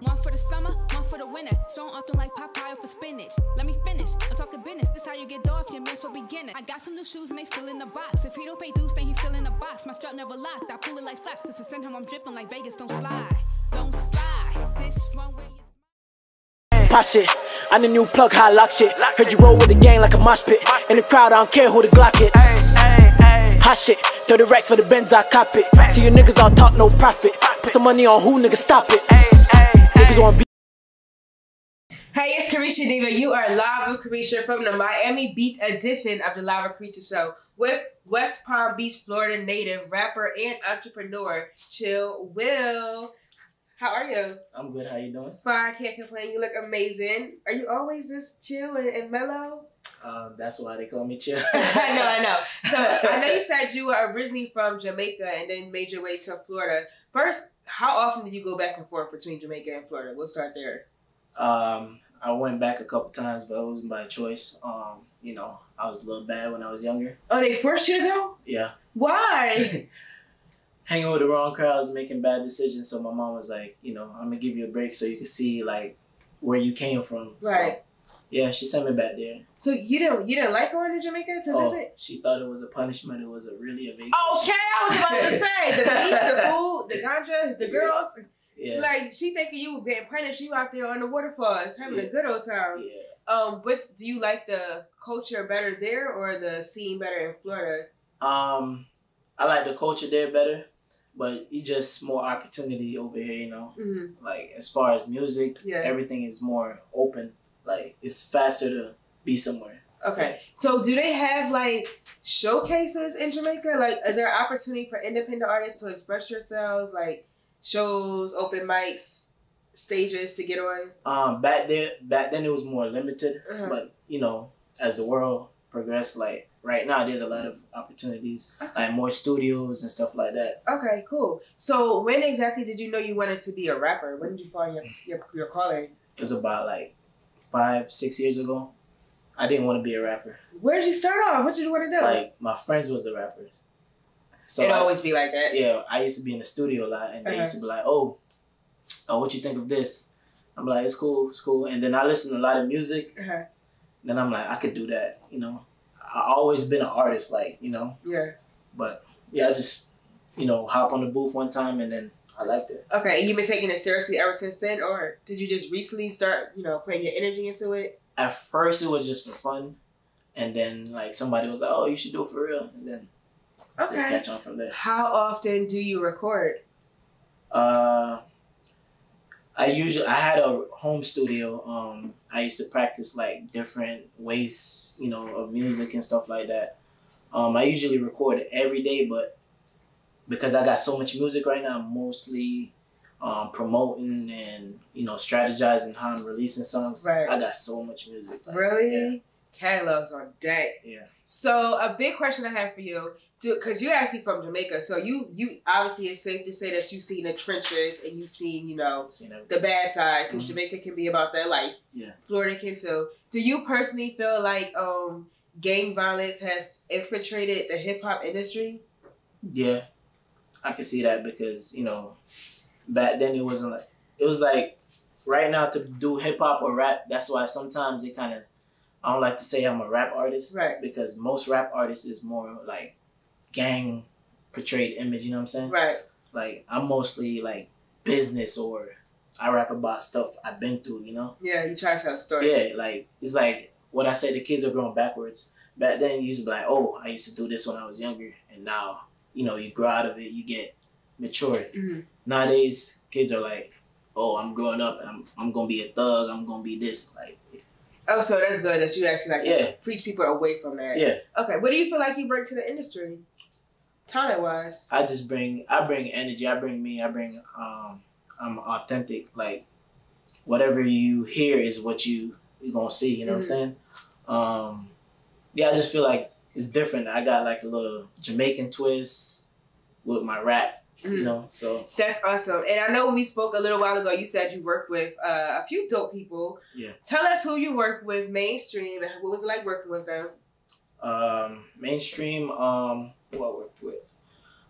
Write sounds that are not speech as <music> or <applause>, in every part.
One for the summer, one for the winter. Strong off them like Popeye for spinach. Let me finish. I'm talking business. This how you get off your man so beginner. I got some new shoes and they still in the box. If he don't pay dues, then he's still in the box. My strap never locked. I pull it like slaps. Cause it's in him I'm dripping like Vegas. Don't slide. Don't slide. This runway is Pop shit, I'm the new plug, high lock shit. Heard you roll with the gang like a mosh pit. In the crowd, I don't care who the Glock hit. Hot shit, 30 racks for the Benz, I cop it. See you niggas all talk, no profit. Put some money on who, nigga, stop it. Niggas on beat. Hey, it's Carisha Diva. You are live with Carisha from the Miami Beach edition of the Live with Carisha Show with West Palm Beach, Florida native rapper and entrepreneur Chill Will. How are you? I'm good, how you doing? Fine, can't complain. You look amazing. Are you always this chill and, and mellow? <laughs> Um, that's why they call me chill. I know, I know. So I know you said you were originally from Jamaica and then made your way to Florida. First, how often did you go back and forth between Jamaica and Florida? We'll start there. Um, I went back a couple times, but it was by choice. Um, you know, I was a little bad when I was younger. Oh, they forced you to go? Yeah. <laughs> Why? Hanging with the wrong crowds, making bad decisions. So my mom was like, you know, I'm gonna give you a break so you can see like where you came from. <laughs> So, Right. yeah, she sent me back there. So you didn't you didn't like going to Jamaica to Oh, visit? she thought it was a punishment. It was a really a vacation. Okay, I was <laughs> about to say the beach, the food, the ganja, the girls. Yeah. Like she thinking you were getting punished. You out there on the waterfalls having a Yeah. good old time. yeah. Um, which do you like the culture better there or the scene better in Florida? Um, I like the culture there better, but you just more opportunity over here. You know, Mm-hmm. like as far as music, Yeah. everything is more open. Like it's faster to be somewhere. Okay, so do they have like showcases in Jamaica? Like, is there opportunity for independent artists to express yourselves, like shows, open mics, stages to get on? Um, back there, back then it was more limited, Uh-huh. but you know, as the world progressed, like right now, there's a lot of opportunities, like more studios and stuff like that. Okay, cool. So when exactly did you know you wanted to be a rapper? When did you find your your, your calling? It was about like five, six years ago. I didn't want to be a rapper. Where did you start off? What did you want to do? Like my friends was the rappers. So It'd I- always be like that. yeah, I used to be in the studio a lot, and they used to be like, "Oh, oh, what you think of this?" I'm like, "It's cool, it's cool." And then I listen to a lot of music, Uh-huh. and then I'm like, "I could do that," you know. I always been an artist, like you know, Yeah. but yeah, I just you know hop on the booth one time, and then I liked it. Okay, and you've been taking it seriously ever since then, or did you just recently start, you know, putting your energy into it? At first, it was just for fun, and then like somebody was like, "Oh, you should do it for real," and then just catch on from there. How often do you record? Uh, I usually I had a home studio. Um, I used to practice like different ways, you know, of music and stuff like that. Um, I usually record every day, but because I got so much music right now, I'm mostly um, promoting and you know strategizing how I'm releasing songs. Right. I got so much music. like, Really? Catalogs on deck. Yeah. So a big question I have for you, because you're actually from Jamaica, so you you obviously it's safe to say that you've seen the trenches and you've seen, you know, I've seen everything. the bad side because Mhm. Jamaica can be about their life. Yeah. Florida can too. Do you personally feel like um gang violence has infiltrated the hip hop industry? Yeah, I can see that because you know, back then it wasn't like it was like right now to do hip hop or rap. That's why sometimes it kind of I don't like to say I'm a rap artist Right. because most rap artists is more like gang portrayed image. You know what I'm saying? Right. Like I'm mostly like business or I rap about stuff I've been through. You know? Yeah, you try to tell a story. Yeah. Like it's like what I said. The kids are growing backwards. Back then, you used to be like, "Oh, I used to do this when I was younger," and now you know you grow out of it. You get mature Mhm. nowadays kids are like, oh, I'm growing up, I'm I'm gonna be a thug, I'm gonna be this, like Oh, so that's good that you actually like Yeah. preach people away from that. yeah. Okay. What do you feel like you bring to the industry, talent wise? I just bring I bring energy, I bring me, I bring um I'm authentic, like whatever you hear is what you you gonna see, you know Mhm. what I'm saying? Um yeah, I just feel like it's different. I got like a little Jamaican twist with my rap, you know, so That's awesome. And I know we spoke a little while ago. You said you worked with uh, a few dope people. Yeah. Tell us who you worked with mainstream and what was it like working with them? um mainstream um who I worked with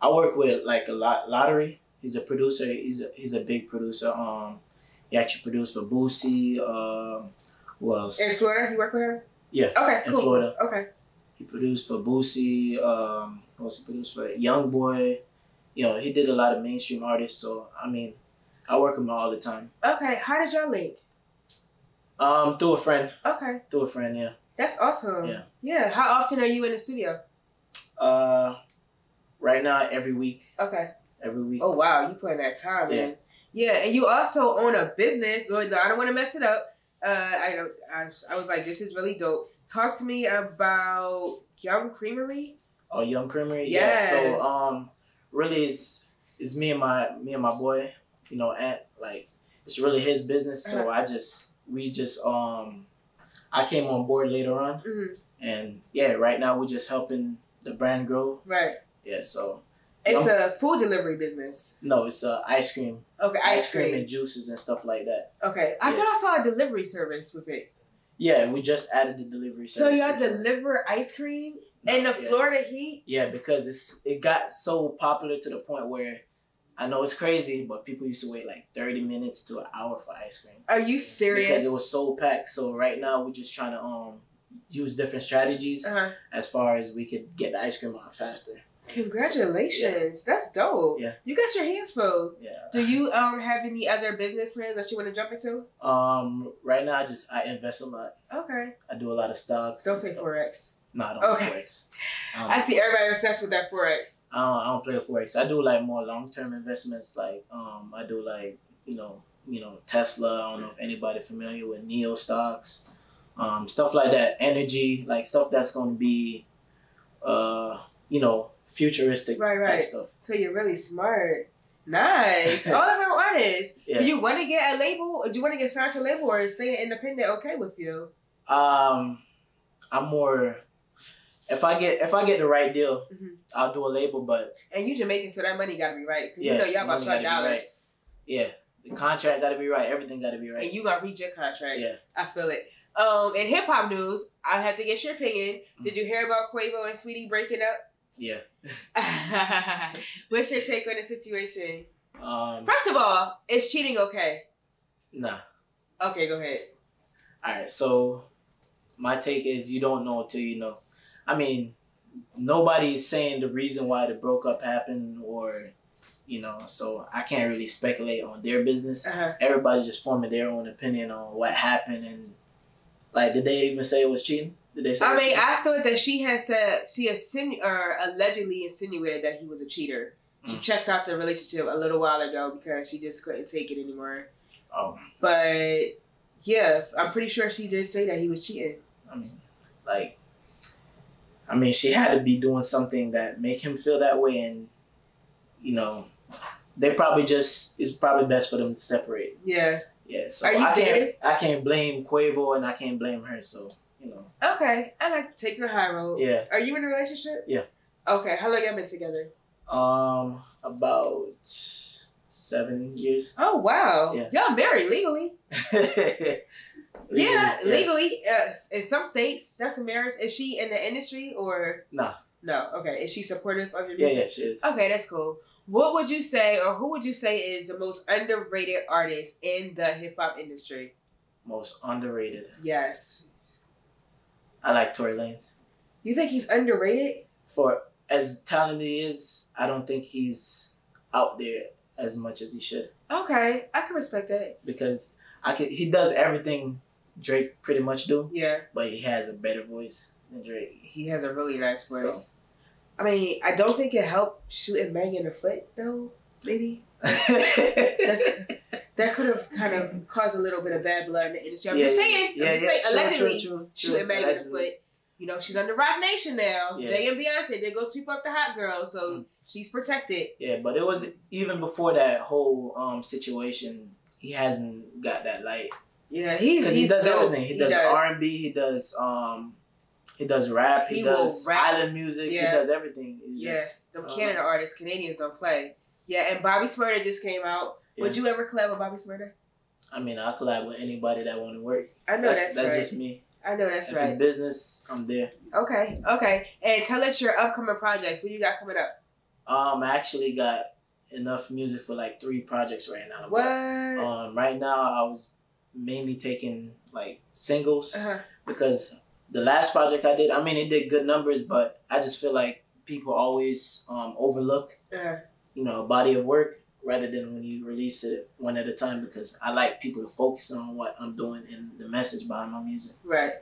I work with like a lot lottery he's a producer he's a, he's a big producer um He actually produced for Boosie. Um, who else? In Florida, you work with her? Yeah, Okay, in cool. Florida. Okay. He produced for Boosie. Um, who else he produced for? Young Boy. You know, he did a lot of mainstream artists. So I mean, I work with him all the time. Okay. How did y'all link? Um, through a friend, Okay. through a friend, yeah. That's awesome. Yeah. Yeah. How often are you in the studio? Uh, right now, every week, Okay. every week. Oh wow, you putting that time Yeah. in. Yeah, and you also own a business. Lord, I don't want to mess it up. Uh, I don't. I, I was like, this is really dope. Talk to me about Yum Creamery. Oh, Young Creamery. Yeah. Yes. So um, really, it's it's me and my me and my boy. You know, at like it's really his business. So Uh-huh. I just we just um, I came on board later on, Mhm. and yeah, right now we're just helping the brand grow. Right. Yeah. So It's a food delivery business. no, it's uh, ice cream, Okay, ice cream. and juices and stuff like that. Okay, I Yeah. thought I saw a delivery service with it. Yeah, we just added the delivery So service. y'all recently. deliver ice cream in the Yeah. Florida heat? Yeah, because it's it got so popular to the point where I know it's crazy, but people used to wait like thirty minutes to an hour for ice cream Are you because serious? it was so packed. So right now we're just trying to um use different strategies uh-huh. as far as we could get the ice cream out faster. Congratulations, that's dope. Yeah. You got your hands full. Yeah. Do you um have any other business plans that you want to jump into? Um. Right now, I just I invest a lot. Okay. I do a lot of stocks. Don't and say stuff. forex. No, I don't do Okay. forex. Um, I see everybody obsessed with that forex. I don't, I don't play with forex. I do like more long term investments. Like um, I do like you know you know Tesla. I don't know if anybody familiar with neo stocks, um, stuff like that. Energy, like stuff that's going to be, uh, you know, futuristic Right, right. type stuff. So you're really smart. <laughs> Nice. All around artists. Yeah. Do you want to get a label? Or do you want to get signed to a label, or is staying independent okay with you? Um, I'm more. If I get if I get the right deal, Mhm. I'll do a label. But And you Jamaican, so that money gotta be right. 'Cause Yeah, you know y'all about money gotta your be dollars, yeah, the contract got to be right. Everything got to be right. and you gonna read your contract. Yeah. I feel it. Um, in hip hop news, I have to get your opinion. Mm. Did you hear about Quavo and Sweetie breaking Yeah. up? <laughs> What's your take on the situation? Um. First of all, is cheating okay? Nah. Okay, go ahead. All right, so my take is you don't know until you know. I mean, nobody is saying the reason why the broke up happened or, you know, so I can't really speculate on their business. Uh-huh. Everybody's just forming their own opinion on what happened and, like, did they even say it was cheating? Did they say? it I was mean, cheating? I thought that she had said she insinu- or allegedly insinuated that he was a cheater. She Mm. checked out the relationship a little while ago because she just couldn't take it anymore. oh, But yeah, I'm pretty sure she did say that he was cheating. I mean, like, I mean, she had to be doing something that make him feel that way, and you know, they probably just it's probably best for them to separate. Yeah. Yeah, so Are you I dating? can't I can't blame Quavo and I can't blame her. So you know, Okay. I like to take the high road. yeah. Are you in a relationship? Yeah. Okay. How long y'all been together? Um, about seven years. <laughs> Oh wow. Yeah. Y'all married legally. Legally, yeah, legally. Uh, in some states, that's a marriage. Is she in the industry or Nah. No. Okay. Is she supportive of your Yeah, music? yeah, she is. Okay, that's cool. What would you say, or who would you say is the most underrated artist in the hip hop industry? Most underrated. Yes. I like Tory Lanez You think he's underrated? for as talented he is. I don't think he's out there as much as he should Okay, I can respect that. because I can. He does everything Drake pretty much do, Yeah, but he has a better voice than Drake. he has a really nice <laughs> voice. I mean, I don't think it helped shooting Meg in the foot, though, maybe. That, that could have kind of caused a little bit of bad blood in the industry. I'm just saying, I'm just saying, true, true, allegedly. true, true, shooting Megan in the allegedly. foot. You know, she's under Rock Nation now. Yeah. Jay and Beyonce, they go sweep up the hot girl, so Mm. she's protected. Yeah, but it was even before that whole um situation. He hasn't got that light Yeah, he's, because he's he does dope. everything. He, does R and B. He does um, he does rap. He, He will does rap. island music. Yeah. He does everything. It's Yeah. just Them Uh-huh. Canada artists, Canadians don't play. Yeah, and Bobby Smurda just came out. Would Yeah. you ever collab with Bobby Smurda? I mean, I collab with anybody that want to work. I know that's, right. just me. I know that's if it's right. business, I'm there. Okay, okay. And tell us your upcoming projects. What you got coming up? Um, I actually got enough music for like three projects right now. What? Uh, Um, right now I was mainly taking like singles uh-huh. because the last project I did, I mean, it did good numbers, but I just feel like people always um, overlook, Uh-huh. you know, a body of work rather than when you release it one at a time because I like people to focus on what I'm doing and the message behind my music. Right.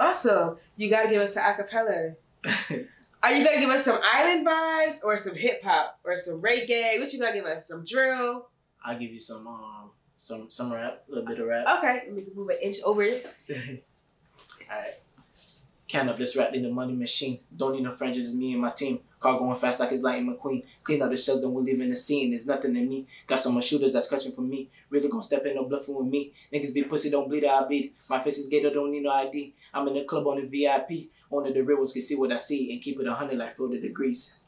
Also, you gotta give us some acapella. Are you gonna give us some island vibes or some hip hop or some reggae? What you gonna give us? Some drill? I'll give you some um some some rap, a little bit of rap. Okay, let me move an inch over. Alright. Can up this rat in the money machine. Don't need no friends, just me and my team. Car going fast like it's Lightning McQueen. Clean up the shells, then we're leaving the scene. There's nothing in me. Got some more shooters that's catching for me. Really gonna step in, no bluffing with me. Niggas be pussy, don't bleed, I beat. My face is gator, don't need no ID. I'm in the club on the VIP. Only the real ones can see what I see and keep it 100 like 40 degrees.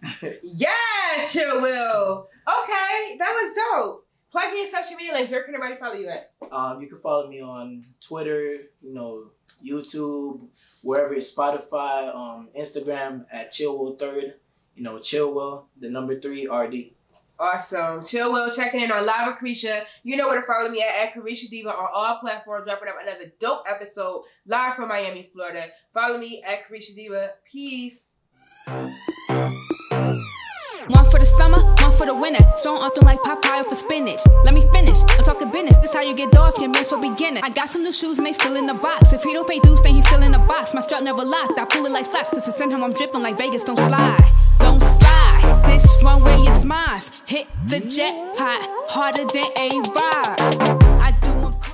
Yes, chill will. Okay, that was dope. Plug me in social media links. Where can everybody follow you at? Um, you can follow me on Twitter, you know, YouTube, wherever it's Spotify, um, Instagram at Chillwell Third. You know, Chillwell, the number three RD. Awesome. Chill Will checking in on Live with Carisha. You know where to follow me at, at Carisha Diva on all platforms, dropping up another dope episode live from Miami, Florida. Follow me at Carisha Diva. Peace. One for the summer, one for the winter. So I'm through like Popeye for spinach. Let me finish. I'm talking business. This how you get off your man, so beginner. I got some new shoes and they still in the box. If he don't pay dues, then he's still in the box. My strap never locked. I pull it like slots. This is in him. I'm dripping like Vegas. Don't slide. Don't slide. This runway is mine. Hit the jackpot harder than a rod.